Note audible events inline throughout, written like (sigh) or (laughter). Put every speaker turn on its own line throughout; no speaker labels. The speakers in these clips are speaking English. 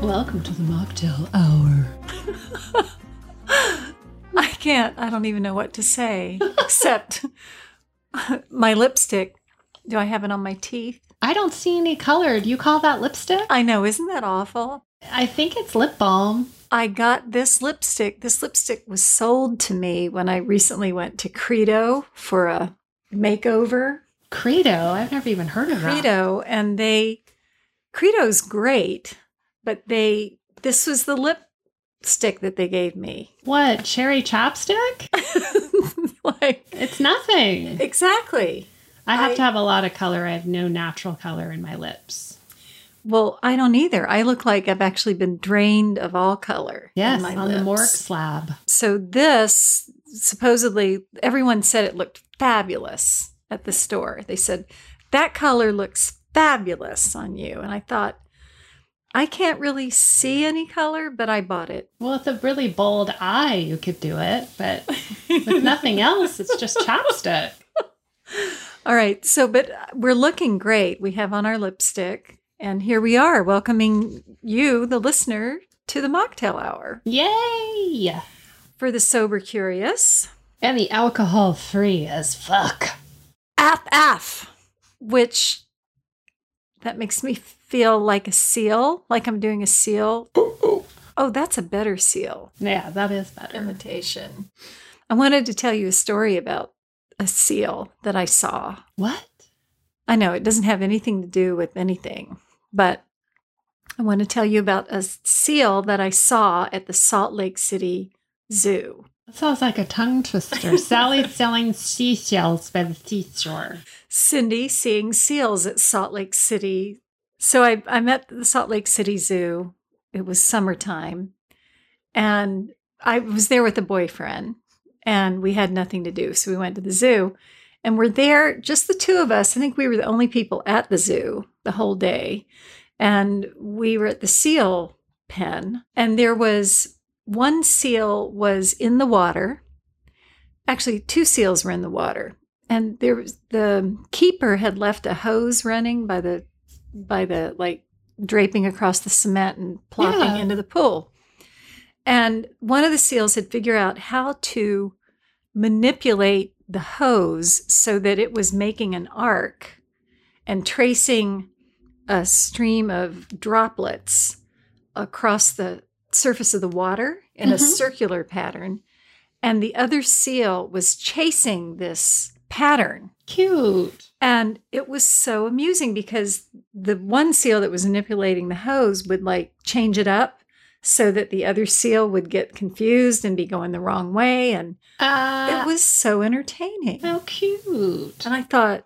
Welcome to the mocktail hour.
I can't. I don't even know what to say except (laughs) my lipstick. Do I have it on my teeth?
I don't see any color. Do you call that lipstick?
I know, isn't that awful?
I think it's lip balm.
I got this lipstick. This lipstick was sold to me when I recently went to Credo for a makeover.
Credo. I've never even heard of that.
Credo, and they Credo's great, but they this was the lipstick that they gave me. (laughs)
What? Cherry chapstick?
like
It's nothing.
exactly.
I have
I-
to have a lot of color. I have no natural color in my lips.
Well, I don't either. I look like I've actually been drained of all color. in
Yes,
my
on the
lips.
Mork slab.
So this supposedly everyone said it looked fabulous at the store. They said that color looks fabulous on you, and I thought I can't really see any color, but I bought it.
Well, with a really bold eye, you could do it, but
(laughs)
with nothing else, it's just chapstick.
All right. So, but uh, we're looking great. We have on our lipstick, and here we are welcoming you, the listener, to the mocktail hour
Yay!
for the sober curious.
And the alcohol free as fuck.
AFF, which that makes me feel like a seal, like I'm doing a seal. Oh, that's a better seal
Yeah, that is better.
imitation. I wanted to tell you a story about a seal that I saw.
What?
I know it doesn't have anything to do with anything, but I want to tell you about a seal that I saw at the Salt Lake City Zoo.
That sounds like a tongue
(laughs)
twister. Sally's selling seashells by the seashore.
Cindy seeing seals at Salt Lake City. So I, I met the Salt Lake City Zoo. It was summertime. And I was there with a boyfriend, and we had nothing to do. So we went to the zoo and we're there, just the two of us. I think we were the only people at the zoo the whole day. And we were at the seal pen, and there was one seal was in the water. Actually, two seals were in the water and there was the keeper had left a hose running by the by the like draping across the cement and plopping
Yeah.
into the pool and one of the seals had figured out how to manipulate the hose so that it was making an arc and tracing a stream of droplets across the surface of the water in a
Mhm.
circular pattern and the other seal was chasing this pattern.
Cute.
And it was so amusing because the one seal that was manipulating the hose would like change it up so that the other seal would get confused and be going the wrong way. And
Uh,
it was so entertaining.
how cute.
And I thought,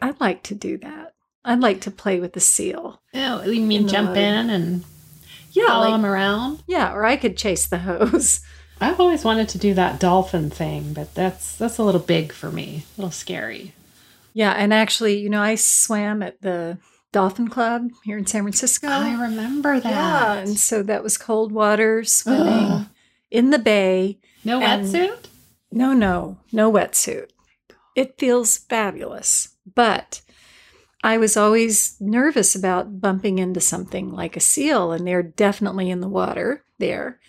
I'd like to do that. I'd like to play with the seal.
Oh, you
In
mean
the
jump
mud.
in and
Yeah.
follow
like-
them around?
yeah. Or I could chase the hose.
I've always wanted to do that dolphin thing, but that's that's a little big for me. A little scary.
(laughs) Yeah. And actually, you know, I swam at the Dolphin Club here in San Francisco.
I remember that.
Yeah, and so that was cold water swimming
Ugh.
in the bay.
No
And-
wetsuit?
No, no, no wetsuit. It feels fabulous, but I was always nervous about bumping into something like a seal, and they're definitely in the water there.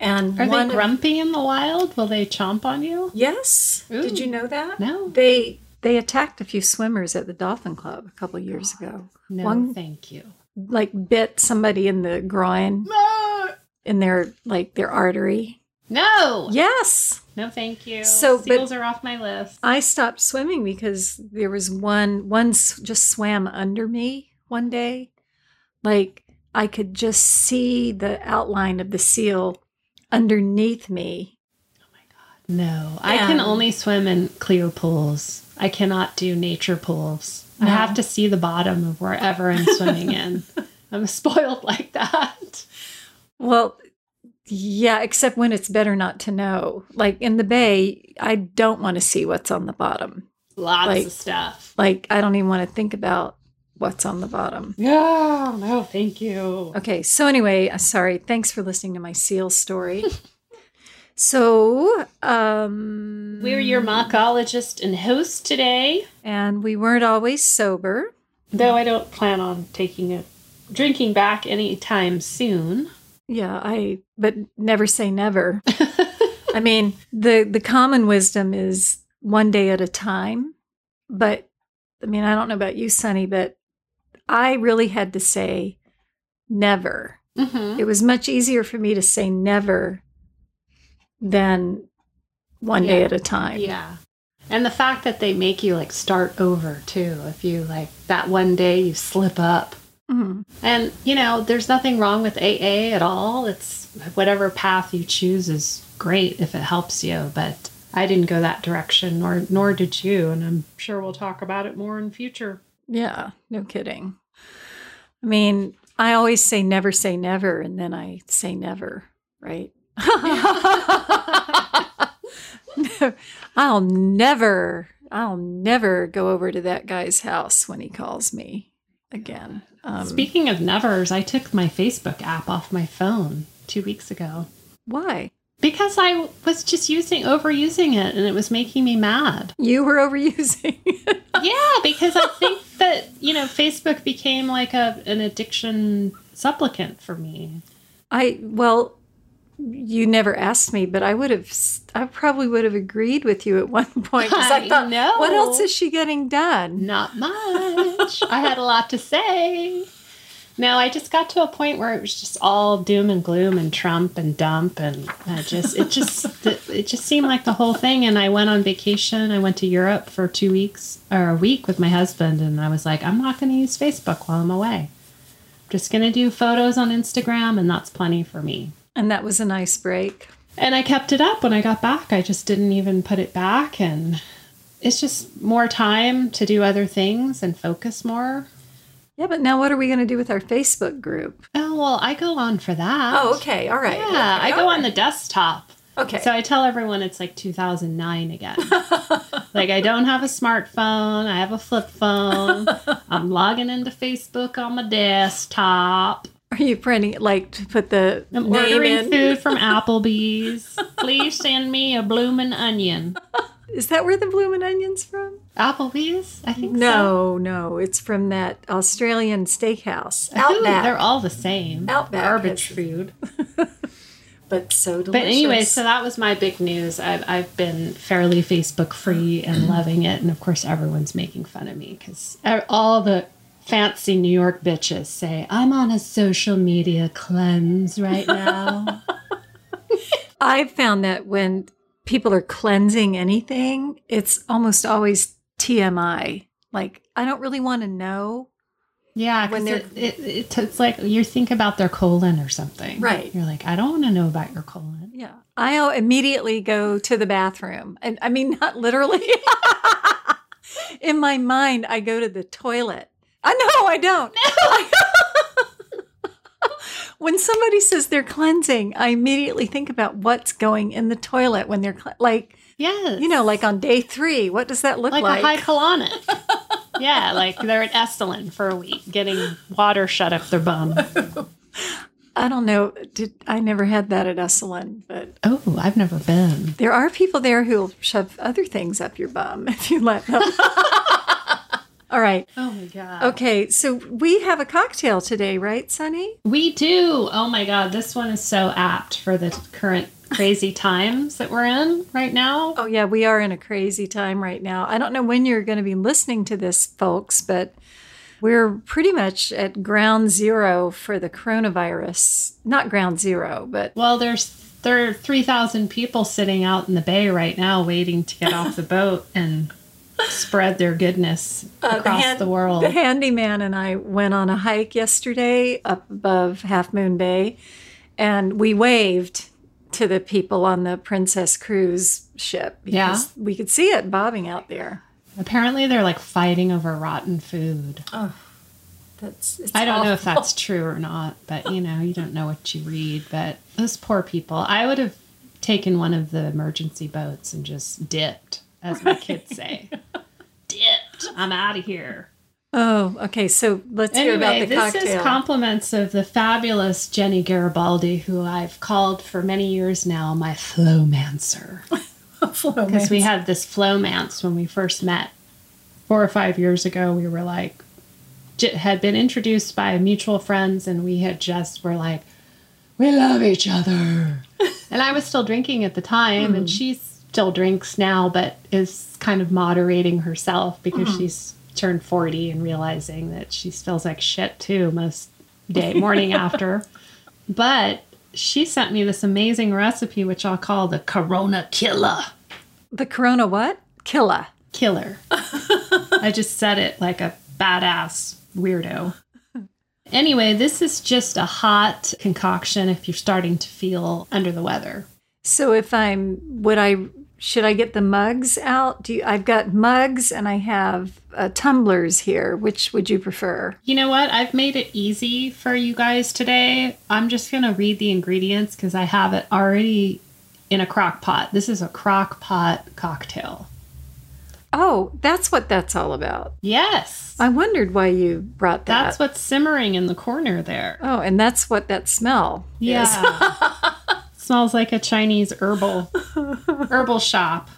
And
Are
one
they grumpy in the wild? Will they chomp on you?
yes, did
Ooh.
you know that?
No.
They they attacked a few swimmers at the Dolphin Club a couple years ago.
No,
One-
thank you.
Like bit somebody in the groin
No.
in their like their artery.
No.
Yes.
No, thank you.
So, but-
seals are off my list.
I stopped swimming because there was one one s- just swam under me one day. Like I could just see the outline of the seal underneath me.
No, I can
And-
only swim in clear pools. I cannot do nature pools. I
No.
have to see the bottom of wherever I'm swimming (laughs) in. I'm spoiled like that.
Well, yeah, except when it's better not to know. Like in the bay, I don't want to see what's on the bottom.
Lots
Like-
of stuff.
Like I don't even want to think about what's on the bottom.
No, no, thank you.
Okay, so anyway, uh, sorry. Thanks for listening to my seal
(laughs)
story. so, um
We're your mockologist and host today,
and we weren't always sober.
though I don't plan on taking a drinking back anytime soon.
Yeah, I but never
(laughs)
say never. I mean, the the common wisdom is one day at a time, but I mean, I don't know about you, Sonny, but I really had to say never.
Mm-hmm.
It was much easier for me to say never than one day
Yeah.
at a time.
Yeah. And the fact that they make you like start over too, if you like that one day you slip up.
Mhm.
And you know, there's nothing wrong with AA at all. It's whatever path you choose is great if it helps you, but I didn't go that direction nor nor did you, and I'm sure we'll talk about it more in future.
Yeah, no kidding. I mean, I always say never say never, and then I say never, right? (laughs) I'll never, I'll never go over to that guy's house when he calls me again. Um,
Speaking of nevers, I took my Facebook app off my phone 2 weeks ago
Why?
because I was just using overusing it and it was making me
(laughs)
mad.
You were overusing.
yeah, because I think that you know Facebook became like a an addiction supplicant for me.
I well, you never asked me, but I would have. s- I probably would have agreed with you at (laughs) one point. 'cause I
I
thought,
know.
what else is she getting done?
Not much. I had a lot to say. No, I just got to a point where it was just all doom and gloom and Trump and dump and I just it just it just seemed like the whole thing. And I went on vacation. I went to Europe for two weeks or a week with my husband, and I was like, I'm not going to use Facebook while I'm away. Just going to do photos on Instagram, and that's plenty for me.
And that was a nice break.
And I kept it up when I got back. I just didn't even put it back. And it's just more time to do other things and focus more.
Yeah, but now what are we going to do with our Facebook group?
Oh, well, I go on for that.
Oh, okay, all right.
Yeah, I go on the desktop.
Okay.
So I tell everyone it's like 2009 again. (laughs) like, I don't have a smartphone, I have a flip
(laughs)
phone. I'm logging into Facebook on my desktop.
are you printing like to put the
I'm
name
ordering
in?
food
(laughs)
from Applebee's. Please send me a bloomin'
(laughs)
onion.
Is that where the bloomin' onions from?
Applebee's? I think so.
No, no, it's from that Australian steakhouse
I feel like
Outback.
They're all the same.
Outback
Garbage
has-
food.
but so delicious.
But anyway, so that was my big news. I've, I've been fairly Facebook free
Mm.
and loving it. And of course, everyone's making fun of me because all the fancy New York bitches say, I'm on a social media cleanse
(laughs)
right now.
I found that when people are cleansing anything, it's almost always TMI. Like I don't really want to know.
yeah, because
When
it, it, it, it's like you think about their colon or something.
Right.
You're like, I don't want to know about your colon.
Yeah. I immediately go to the bathroom. And I mean, (laughs) not literally. In my mind, I go to the toilet. I know I don't.
(laughs)
when somebody says they're cleansing, I immediately think about what's going in the toilet when they're cle- like,
Yes.
you know, like on day three, what does that look
like,
like?
a high colonic. yeah, like they're at Esalen for a week getting water shut up their bum.
I don't know. Did I never had that at Esalen, but
Oh, I've never been.
there are people there who'll shove other things up your bum (laughs) if you let them. All right.
Oh my god.
Okay, so we have a cocktail today, right, Sunny?
We do. Oh my god, this one is so apt for the current crazy times that we're in right now.
Oh, yeah, we are in a crazy time right now. I don't know when you're going to be listening to this, folks, but we're pretty much at ground zero for the coronavirus. Not ground zero, but
Well, there's there are 3,000 people sitting out in the bay right now waiting to get off the boat and spread their goodness across the, world.
The handyman and I went on a hike yesterday up above Half Moon Bay, and we waved to the people on the Princess Cruise ship because we could see it bobbing out there.
Apparently they're like fighting over rotten food.
That's it's
I don't know if that's true or not, but you know, you don't know what you read. But those poor people, I would have taken one of the emergency boats and just dipped, as my kids
(laughs)
say. dipped. I'm out of here.
Oh, okay. So let's hear
Anyway,
about the
this
cocktail.
is compliments of the fabulous Jenny Garibaldi, who I've called for many years now my flowmancer. Because we had this flowmance when we first met four or five years ago. We were like, j- had been introduced by mutual friends, and we had just were like, we love each other. and I was still drinking at the time, and she still drinks now, but is kind of moderating herself because she's turned 40 and realizing that she feels like shit too most day, morning after. But she sent me this amazing recipe, which I'll call the Corona Killer.
The Corona what? Killa. (laughs)
Killer. I just said it like a badass weirdo. Anyway, this is just a hot concoction if you're starting to feel under the weather.
So if I'm, would I, should I get the mugs out? Do you, I've got mugs and I have uh, tumblers here. Which would you prefer?
You know what? I've made it easy for you guys today. I'm just going to read the ingredients because I have it already in a crock pot. This is a crock pot cocktail.
Oh, that's what that's all about.
Yes.
I wondered why you brought that.
That's what's simmering in the corner there.
oh, and that's what that smell is.
Yeah. (laughs) Smells like a Chinese herbal herbal shop.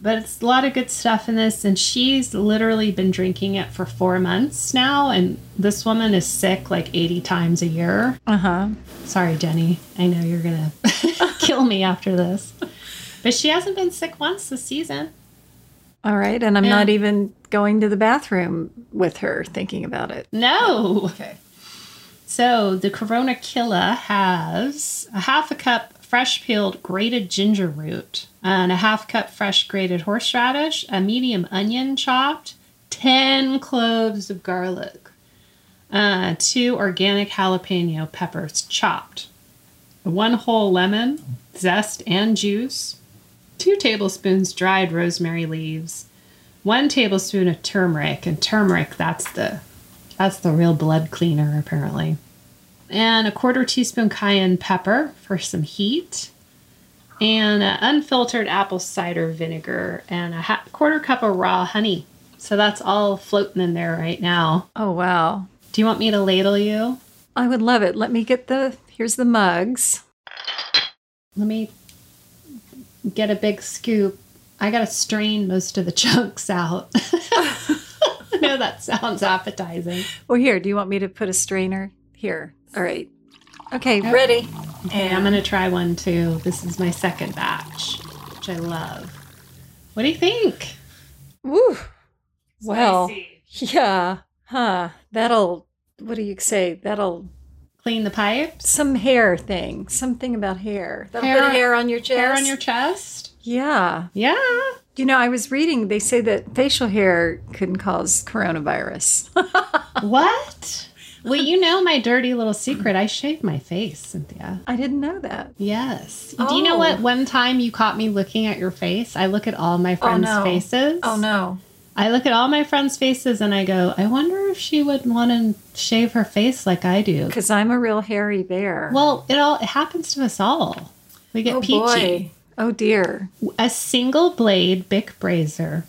But it's a lot of good stuff in this and she's literally been drinking it for 4 months now and this woman is sick like 80 times a year.
Uh huh.
Sorry, Jenny. I know you're going to (laughs) kill me after this. But she hasn't been sick once this season.
All right. And I'm not
Yeah.
even going to the bathroom with her thinking about it.
No.
Okay.
So the Corona Killa has a half a cup fresh peeled grated ginger root, and a half cup fresh grated horseradish, a medium onion chopped, 10 cloves of garlic, uh, two organic jalapeno peppers chopped, one whole lemon, zest and juice, two tablespoons dried rosemary leaves, one tablespoon of turmeric, and turmeric, that's the that's the real blood cleaner, apparently. And a quarter teaspoon cayenne pepper for some heat. And uh, unfiltered apple cider vinegar and a ha- quarter cup of raw honey. So that's all floating in there right now.
Oh, wow.
Do you want me to ladle you?
I would love it. Let me get the, here's the mugs.
Let me get a big scoop. I gotta strain most of the (laughs) chunks out. I know that sounds appetizing.
Well, Oh, here, do you want me to put a strainer? Here. All right. Okay, ready.
Okay, I'm gonna try one too. This is my second batch, which I love. What do you think?
Woo. Well, yeah. Huh. That'll, what do you say? That'll,
Clean the pipes.
some hair thing. Something about hair. That'll
Hair-
put hair on your chest.
Hair on your chest.
Yeah.
Yeah.
You know, I was reading, they say that facial hair can cause coronavirus. (laughs)
what? Well, you know my dirty little secret. I shave my face, Cynthia.
I didn't know that.
Yes. Do you know
Oh. Oh,
what? One time you caught me looking at your face. I look at all my friends'
no. Oh,
faces.
no.
I look at all my friends' faces and I go, I wonder if she would want to shave her face like I do.
Because I'm a real hairy bear.
Well, it all it happens to us all. We get
oh
peachy.
boy. Oh dear.
a single blade Bic razor.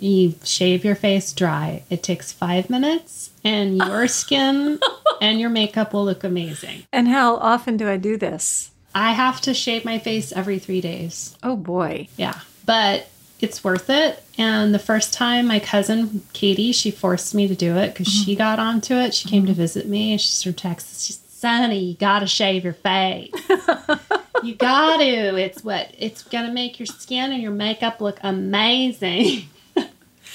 You shave your face dry. It takes five minutes, and your skin and your makeup will look amazing.
And how often do I do this?
I have to shave my face every three days.
Oh boy.
Yeah, but it's worth it. And the first time, my cousin Katie, she forced me to do it because she got onto it. She came to visit me, and she's from Texas. She said, "Sonny, you gotta shave your face." You got to. It's what it's going to make your skin and your makeup look amazing. (laughs)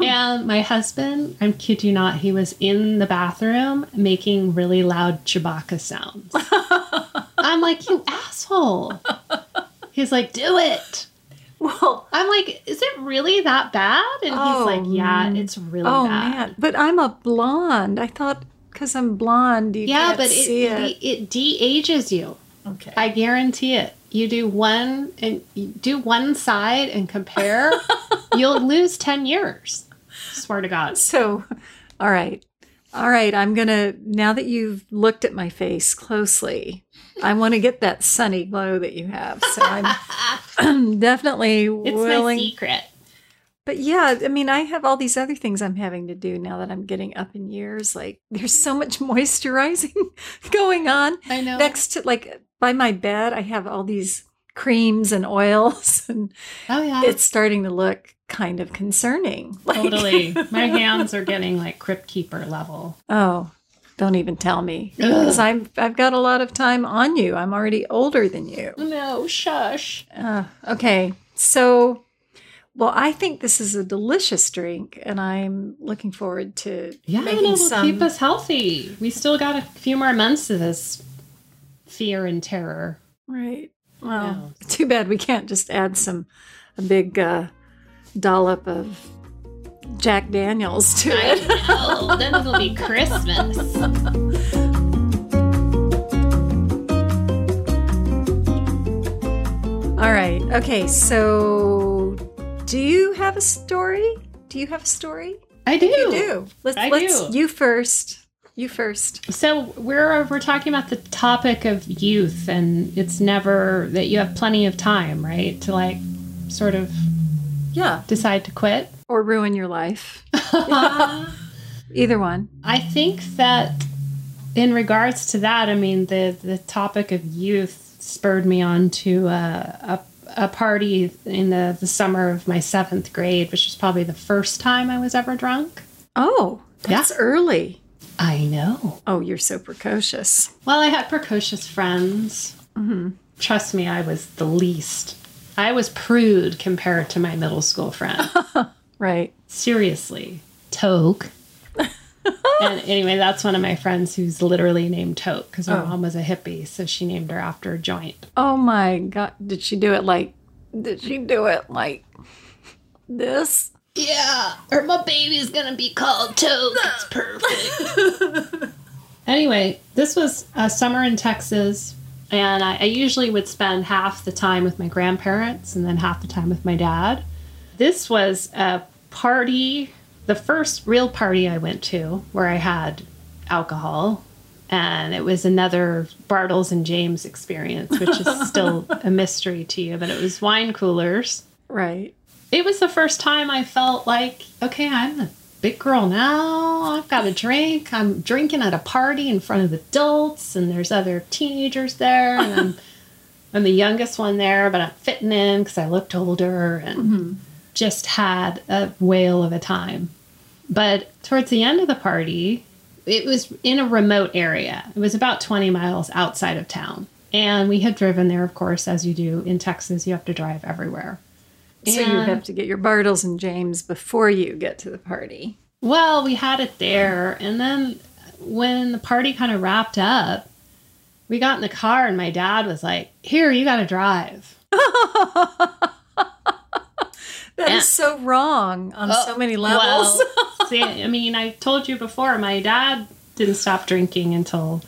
and my husband, I'm kid you not, he was in the bathroom making really loud Chewbacca sounds. I'm like, you asshole. He's like, do it.
Well,
I'm like, is it really that bad? And
Oh,
he's like, yeah, it's really
oh
bad.
man. But I'm a blonde. I thought because I'm blonde, you
Yeah,
can't
but it,
see it.
it it de-ages you.
Okay.
I guarantee it. You do one and you do one side and
(laughs)
compare, you'll lose 10 years. Swear to God.
(laughs) so, all right. All right. I'm going to, now that you've looked at my face closely, I want to get that sunny glow that you have. So
(laughs)
I'm (clears throat) definitely
It's
willing.
my secret.
But yeah, I mean, I have all these other things I'm having to do now that I'm getting up in years. Like, there's so much (laughs) moisturizing going on
I know.
next to, like, by my bed. I have all these creams and oils (laughs) and
Oh yeah.
it's (laughs) starting to look kind of concerning. (laughs) Like-
totally.
(laughs)
My hands are getting like crypt keeper level.
oh, don't even tell me.
Ugh.
Because I've I've got a lot of time on you. I'm already older than you.
No, shush.
Uh, okay. So, well, I think this is a delicious drink, and I'm looking forward to
Yeah, and
making
it'll
some.
keep us healthy. We still got a few more months of this fear and terror.
Right. Well,
Yeah.
too bad we can't just add some a big uh, dollop of Jack Daniels to it. (laughs)
know. then it'll be Christmas.
All right. Okay. So, do you have a story? Do you have a story?
I do.
You do. Let's.
I
let's
do.
You first. You first.
So we're we're talking about the topic of youth, and it's never that you have plenty of time, right, to like sort of
Yeah.
decide to quit.
Or ruin your (laughs) life. Either one.
I think that in regards to that, I mean the the topic of youth spurred me on to uh, a a party in the the summer of my seventh grade, which was probably the first time I was ever drunk.
Oh, that's early.
I know.
Oh, you're so precocious.
Well, I had precocious friends. Trust me, I was the least. I was prude compared to my middle school friend.
Right.
Seriously, Toke. (laughs) and anyway, that's one of my friends who's literally named Toke because her mom was a hippie, so she named her after a joint.
Oh my God. Did she do it like, did she do it like this?
Yeah, or my baby's gonna be called Toke. (laughs) It's perfect. (laughs) anyway, this was a summer in Texas, and I, I usually would spend half the time with my grandparents and then half the time with my dad. This was a party, the first real party I went to where I had alcohol. And it was another Bartles and James experience, which is (laughs) still a mystery to you, but it was wine coolers
Right.
it was the first time I felt like, okay, I'm a big girl now. I've got a drink. I'm drinking at a party in front of adults, and there's other teenagers there, and I'm I'm the youngest one there, but I'm fitting in because I looked older and just had a whale of a time. But towards the end of the party, it was in a remote area. It was about 20 miles outside of town. And we had driven there, of course, as you do in Texas, you have to drive everywhere.
So you
And-
have to get your Bartles and James before you get to the party.
Well, we had it there. And then when the party kind of wrapped up, we got in the car and my dad was like, Here, you got to drive.
That is
Yeah.
so wrong on so many levels.
Well, see, I mean, I told you before, my dad didn't stop drinking until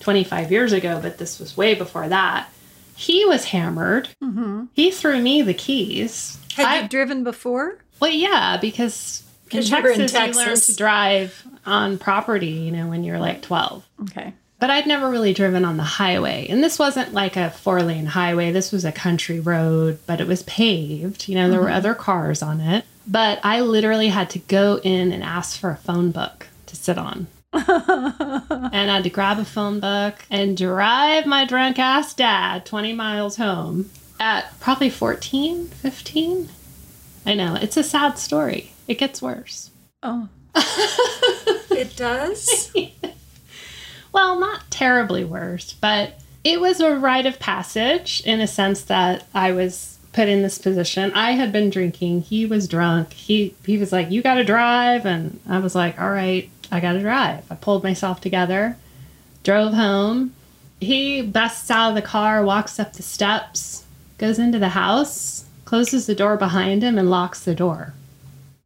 25 years ago, but this was way before that. He was hammered.
Mhm.
He threw me the keys.
Had
I-
you driven before?
Well, yeah, because in
'Cause you were in
Texas, you learn
Texas.
to drive on property, you know, when you're like 12.
Okay.
But I'd never really driven on the highway. And this wasn't like a four lane highway. This was a country road, but it was paved. You know, there were other cars on it. But I literally had to go in and ask for a phone book to sit on. and I had to grab a phone book and drive my drunk ass dad 20 miles home at probably 14, 15. I know, it's a sad story. It gets worse.
Oh. it (laughs) does?
well, not terribly worse, but it was a rite of passage in a sense that I was put in this position. I had been drinking, he was drunk. He he was like, "You got to drive." And I was like, "All right, I got to drive." I pulled myself together, drove home. He busts out of the car, walks up the steps, goes into the house, closes the door behind him and locks the door.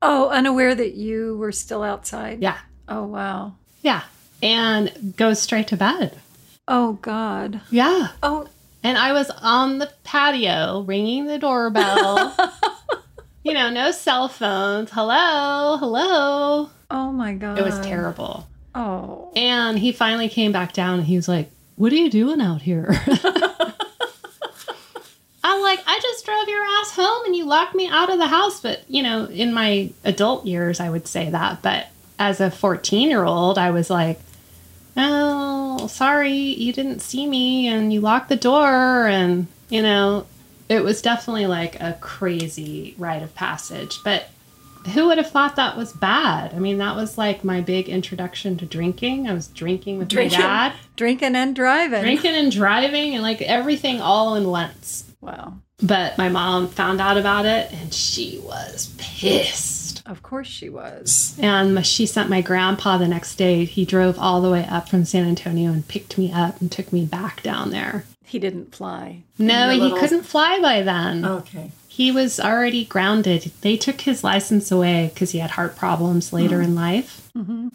Oh, unaware that you were still outside?
Yeah.
Oh, wow.
Yeah. And goes straight to bed.
Oh, God.
Yeah.
Oh,
And I was on the patio ringing the doorbell. you know, no cell phones. Hello, hello.
oh my God.
It was terrible.
Oh.
And he finally came back down and he was like, What are you doing out here? (laughs) I'm like, I just drove your ass home and you locked me out of the house. But, you know, in my adult years, I would say that. But as a 14 year old, I was like, Oh, sorry, you didn't see me and you locked the door. And, you know, it was definitely like a crazy rite of passage. But who would have thought that was bad? I mean, that was like my big introduction to drinking. I was drinking with
Drinking.
my dad,
Drinking and driving.
drinking and driving, and like everything all in once.
Wow.
But my mom found out about it and she was pissed.
Of course she was.
And she sent my grandpa the next day. He drove all the way up from San Antonio and picked me up and took me back down there.
He didn't fly.
No,
Your
he
little-
couldn't fly by then.
Okay.
He was already grounded. They took his license away because he had heart problems later in life.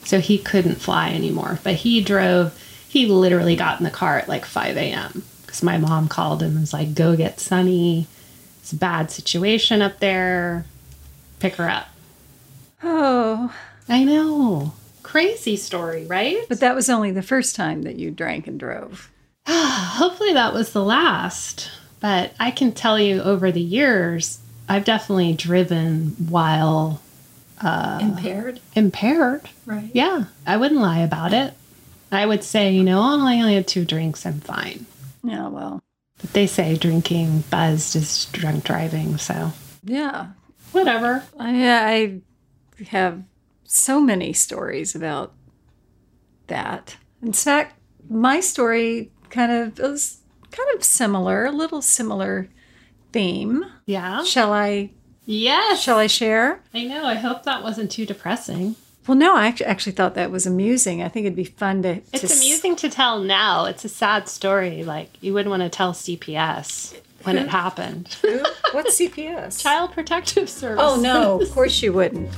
So he couldn't fly anymore. But he drove, he literally got in the car at like 5 a.m. because my mom called him and was like, go get Sunny. It's a bad situation up there. Pick her up.
Oh,
I know. Crazy story, right?
but that was only the first time that you drank and drove.
Hopefully that was the last, but I can tell you over the years, I've definitely driven while
Impaired.
impaired.
Right.
Yeah, I wouldn't lie about it. I would say, you know, oh, I only had two drinks, I'm fine.
Yeah, well,
But they say drinking buzzed is drunk driving, so
yeah.
whatever.
I, I have so many stories about that. In fact, my story kind of is kind of similar, a little similar theme.
Yeah.
Shall I
Yes.
shall I share?
I know. I hope that wasn't too depressing.
Well, no, I act- actually thought that was amusing. I think it'd be fun to.
It's
to s-
amusing to tell now. It's a sad story. Like, you wouldn't want to tell CPS when it happened.
What's CPS?
(laughs) Child Protective Service.
Oh no, of course you wouldn't.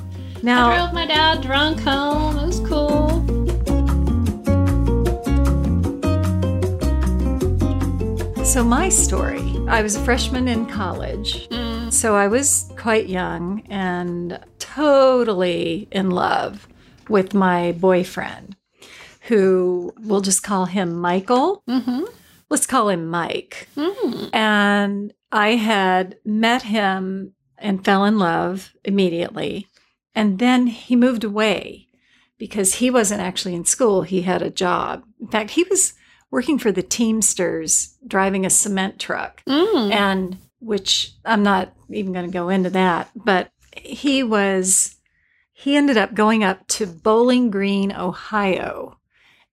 Now,
Drove my dad drunk home. It was cool.
so my story. I was a freshman in college, so I was quite young and totally in love with my boyfriend, who we'll just call him Michael.
Mm-hmm.
Let's call him Mike. And I had met him and fell in love immediately. And then he moved away because he wasn't actually in school. He had a job. In fact, he was working for the Teamsters driving a cement truck
Mm.
and which I'm not even going to go into that, but he was he ended up going up to Bowling Green, Ohio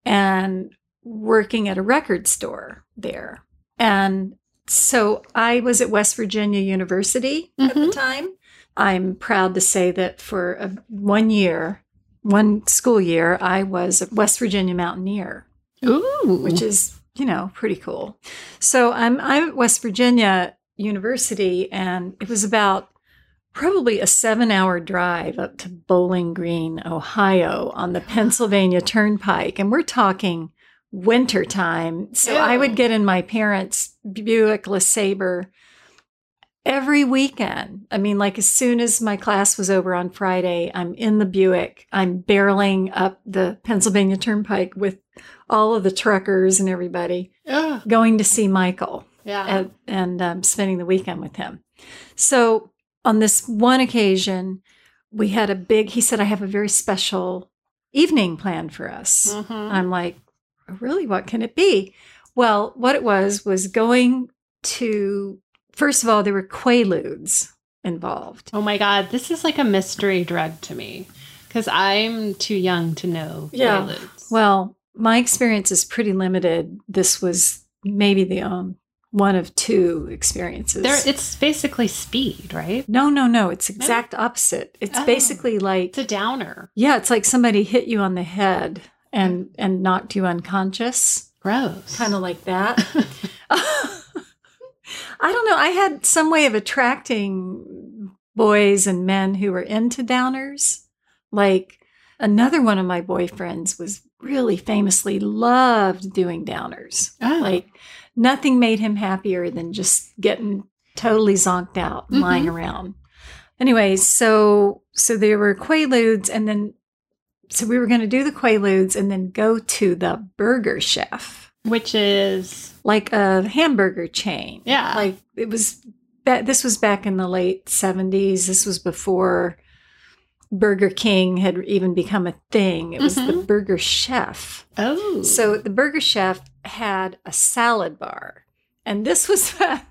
and working at a record store there. And so I was at West Virginia University at the time. I'm proud to say that for a, one year, one school year, I was a West Virginia Mountaineer
Ooh.
which is you know pretty cool. So I'm I'm at West Virginia University, and it was about probably a seven hour drive up to Bowling Green, Ohio, on the Pennsylvania Turnpike, and we're talking winter time. So I
Ew.
would get in my parents' Buick LeSabre every weekend. I mean, like as soon as my class was over on Friday, I'm in the Buick. I'm barreling up the Pennsylvania Turnpike with all of the truckers and everybody
Ugh.
going to see Michael
yeah.
and, and um, spending the weekend with him. So on this one occasion, we had a big. He said, "I have a very special evening planned for us."
Mhm.
I'm like, really, what can it be? Well, what it was was going to, first of all, there were Quaaludes involved.
Oh my God, this is like a mystery drug to me because I'm too young to know
Yeah.
Quaaludes.
Well, my experience is pretty limited. This was maybe the um, one of two experiences.
There, it's basically speed, right?
no, no, no. It's exact opposite. It's
Oh.
basically like,
It's a downer.
yeah, it's like somebody hit you on the head and and knocked you unconscious.
Gross.
kind of like that. I don't know. I had some way of attracting boys and men who were into downers. Like another one of my boyfriends was really famously loved doing downers.
(laughs) oh.
Like nothing made him happier than just getting totally zonked out and lying around. Anyway, so so there were quaaludes, and then so we were going to do the quaaludes, and then go to the Burger Chef
which is
like a hamburger chain.
Yeah.
Like it was that this was back in the late 70s. This was before Burger King had even become a thing. It was the Burger Chef.
oh,
So the Burger Chef had a salad bar. And this was (laughs) back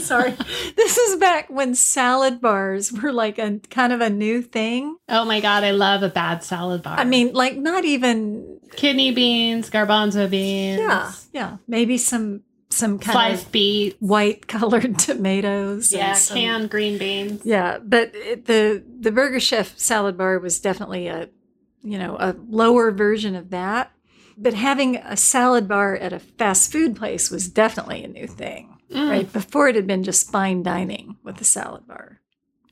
Sorry. this is back when salad bars were like a kind of a new thing.
(laughs) Oh my god, I love a bad salad bar.
I mean, like not even
kidney beans, garbanzo beans,
yeah, yeah, maybe some some kind
sliced
of
beets,
white (laughs) colored tomatoes. and
yeah,
some-
canned green beans.
Yeah, but it, the the Burger Chef salad bar was definitely a you know a lower version of that. But having a salad bar at a fast food place was definitely a new thing,
Mm,
right? Before it had been just fine dining with a salad bar,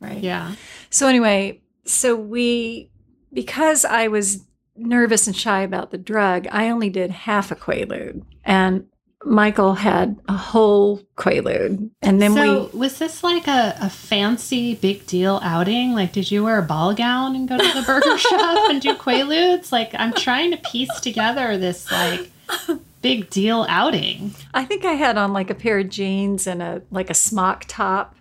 right?
Mm, Yeah.
So anyway, so we because I was nervous and shy about the drug, I only did half a quaalude, and Michael had a whole quaalude, and then we.
so was this like a, a fancy big deal outing? Like, did you wear a ball gown and go to the burger
(laughs)
shop and do quaaludes? Like, I'm trying to piece together this like big deal outing.
I think I had on like a pair of jeans and a like a smock top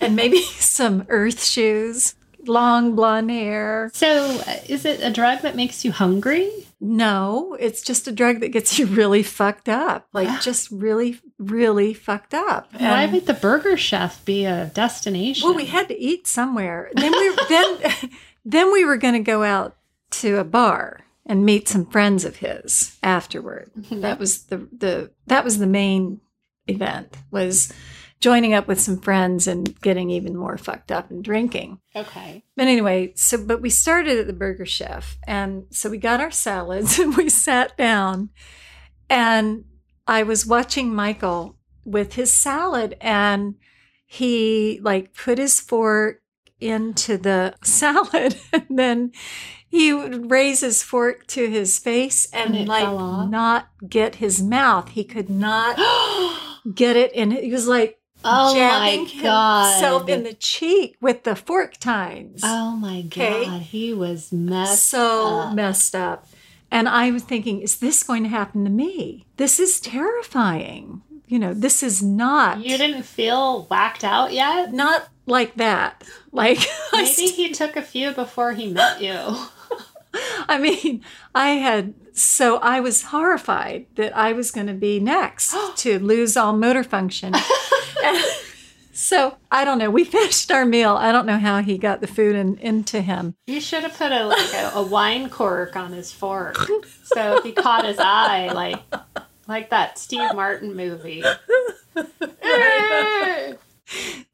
and maybe (laughs) some earth shoes, long blonde hair.
So, uh, is it a drug that makes you hungry?
No, it's just a drug that gets you really fucked up. Like just really really fucked up.
Why
And-
would the burger chef be a destination?
Um, well, we had to eat somewhere. Then we then (laughs) then we were going to go out to a bar and meet some friends of his afterward. That was the the that was the main event was joining up with some friends and getting even more fucked up and drinking. (gasps)
okay. (gasps)
But anyway, so but we started at the Burger Chef, and so we got our salads (laughs) and we sat down, and I was watching Michael with his salad, and he like put his fork into the (laughs) salad, and then he would raise his fork to his face and,
And it
like
fell off?
not get his mouth. He could not
oh
get it, and he was like
my
jabbing
god.
himself in the cheek with the fork tines
Oh my
Okay.
god, he was messed
so
up.
messed up. And I was thinking, is this going to happen to me? This is terrifying. You know, this is not
You didn't feel whacked out yet?
not like that. Like (laughs) I,
Maybe he took a few before he met you.
st- I mean, I had so I was horrified that I was going to be
(gasps)
next to lose all
(laughs)
motor function. And so I don't know. We finished our meal. I don't know how he got the food in, into him.
You should have put a like a, a wine cork on his fork. So if he caught his eye, like like that Steve Martin
(laughs)
movie. Eh.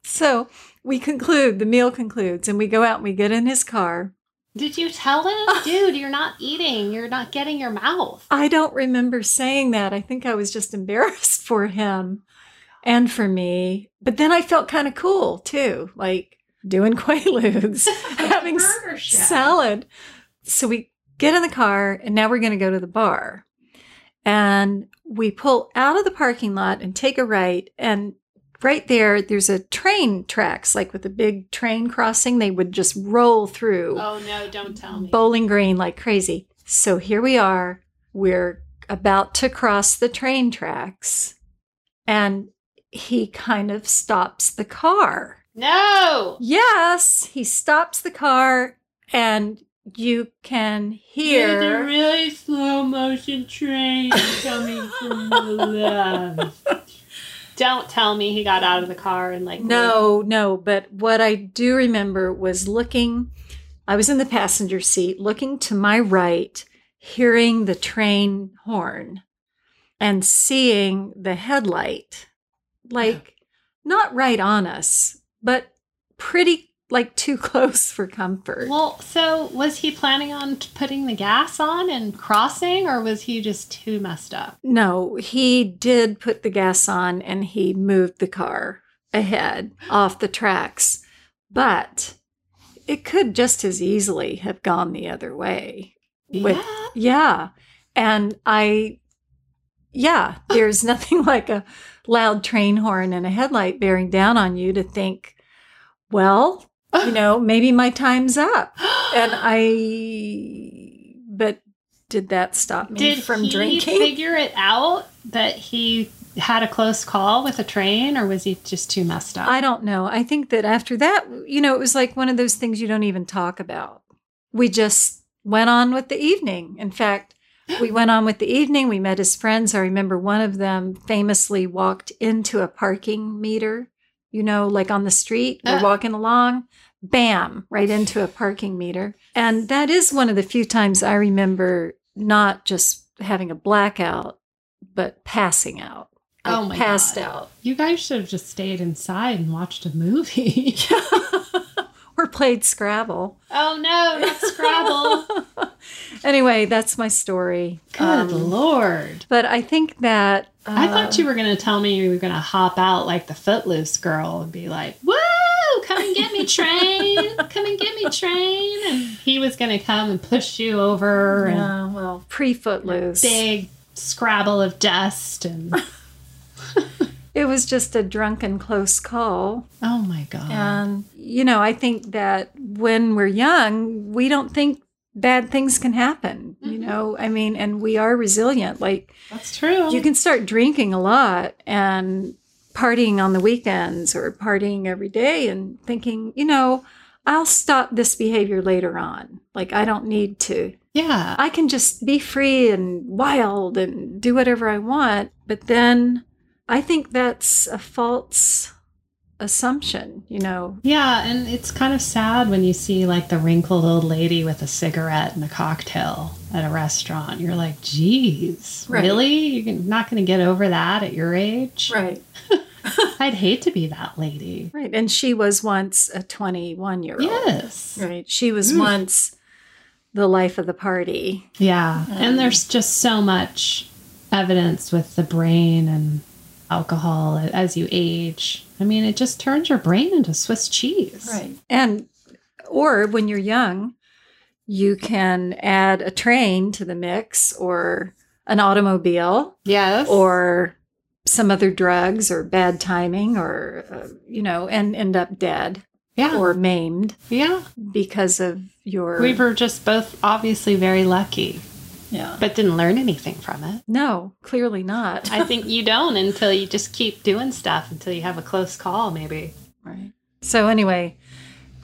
So we conclude. The meal concludes, and we go out and we get in his car.
Did you tell him? Dude, you're not eating. You're not getting your mouth.
I don't remember saying that. I think I was just embarrassed (laughs) for him and for me. But then I felt kind of cool too, like doing (laughs) quaaludes, having s-
Burger chef.
salad. So we get in the car and now we're going to go to the bar. And we pull out of the parking lot and take a right and right there there's a train tracks like with a big train crossing they would just roll through
Oh no, don't tell me.
bowling green like crazy. So here we are. We're about to cross the train tracks, and he kind of stops the car.
No.
Yes, he stops the car, and you can
There's a
hear.
really slow motion train coming from the left.
(laughs)
Don't tell me he got out of the car and like
No, no, but what I do remember was looking, I was in the passenger seat, looking to my right, hearing the train horn and seeing the headlight, like not right on us, but pretty, like too (laughs) close for comfort.
Well, so was he planning on t- putting the gas on and crossing, or was he just too messed up?
No, he did put the gas on and he moved the car ahead off the tracks. But it could just as easily have gone the other way. With-
yeah.
Yeah. And I,
(laughs)
yeah, there's nothing like a loud train horn and a headlight bearing down on you to think, well,
(laughs)
you know, maybe my
(gasps)
time's up. And I, but did that stop me
Did
from
he
drinking?
figure it out that he had a close call with a train, or was he just too messed up?
I don't know. I think that after that, you know, it was like one of those things you don't even talk about. We just went on with the evening. In fact,
(gasps)
we went on with the evening. We met his friends. I remember one of them famously walked into a parking meter, you know, like on the street. We're
Ah.
walking along, bam, right into a parking meter. And that is one of the few times I remember not just having a blackout, but passing out.
Oh
Like,
my
passed
God.
out.
You guys should have just stayed inside and watched a
(laughs)
movie. (laughs)
or played Scrabble.
oh no, not
(laughs)
Scrabble.
anyway, that's my story.
Good
Um,
lord.
But I think that uh,
I thought you were going to tell me you were going to hop out like the footloose girl and be like, woo, come and get me, train. come and get me, train. And he was going to come and push you over and
Yeah, well, pre Footloose.
big scrabble of dust. And
It was just a drunken close call.
oh my
Uh-huh.
God.
And, you know, I think that when we're young, we don't think bad things can happen, you know? I mean, and we are resilient. Like,
That's true.
you can start drinking a lot and partying on the weekends or partying every day and thinking, you know, I'll stop this behavior later on. Like, I don't need to.
yeah.
I can just be free and wild and do whatever I want. But then I think that's a false assumption, you know.
Yeah, and it's kind of sad when you see like the wrinkled old lady with a cigarette and a cocktail at a restaurant. You're like, geez,
Right.
really? You're not going to get over that at your age?
Right.
I'd hate to be that lady.
Right. And she was once a 21 year old.
Yes.
Right. She was
Mm.
once the life of the party.
Yeah. And there's just so much evidence with the brain and alcohol as you age. I mean, it just turns your brain into Swiss cheese.
Right.
And, or when you're young, you can add a train to the mix or an automobile.
Yes.
or some other drugs or bad timing or uh, you know and end up dead
yeah.
or maimed
yeah.
because of your
We were just both obviously very lucky,
Yeah.
but didn't learn anything from it.
no clearly not
I think you don't until you just keep doing stuff until you have a close call, maybe.
right so anyway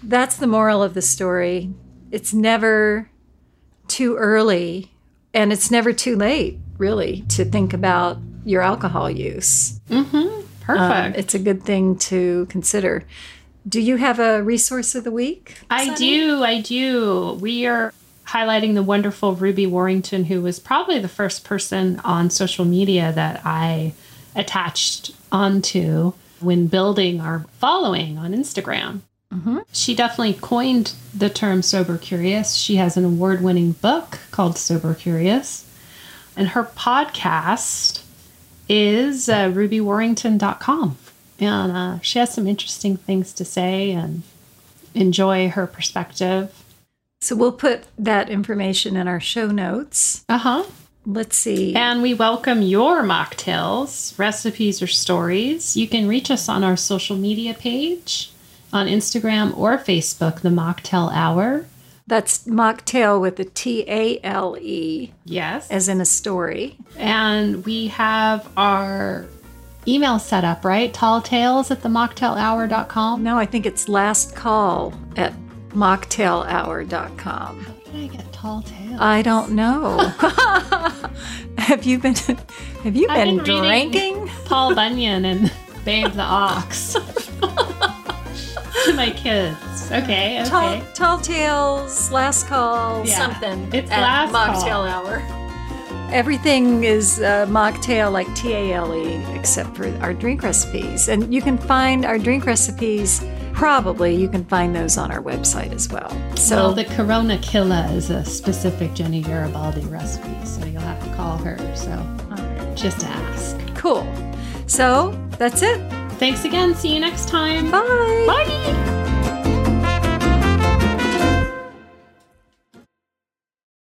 that's the moral of the story it's never too early and it's never too late really to think about your alcohol use
Mm-hmm.
Um,
Perfect.
it's a good thing to consider do you have a resource of the week
I
Sunny?
do. I do. We are highlighting the wonderful Ruby Warrington, who was probably the first person on social media that I attached onto when building our following on Instagram. She definitely coined the term sober curious. She has an award winning book called Sober Curious, and her podcast is uh, rubywarrington.com. And uh, she has some interesting things to say and enjoy her perspective.
So we'll put that information in our show notes.
Uh huh.
Let's see.
And we welcome your mocktails, recipes, or stories. You can reach us on our social media page on Instagram or Facebook, The Mocktail Hour.
That's mocktail with a T A L E,
Yes.
as in a story.
And we have our email set up, right? Talltales at the mocktailhour.com.
No, I think it's last call at mocktailhour.com.
How did I get tall tales?
I don't
(laughs)
know. (laughs) have you been have you
I've
been,
been reading-
drinking? (laughs)
Paul Bunyan and Babe the Ox. (laughs) to my kids. Okay, okay.
Tall, tall tales, last call.
Yeah.
Something.
It's
at
last
mocktail
call.
hour.
Everything is uh, mocktail like T A L E, except for our drink recipes. And you can find our drink recipes, probably, you can find those on our website as well. So,
Well, the Corona Killa is a specific Jenny Garibaldi recipe, so you'll have to call her. So
all right.
just ask.
cool. So, that's it.
Thanks again. See you next time.
Bye.
Bye.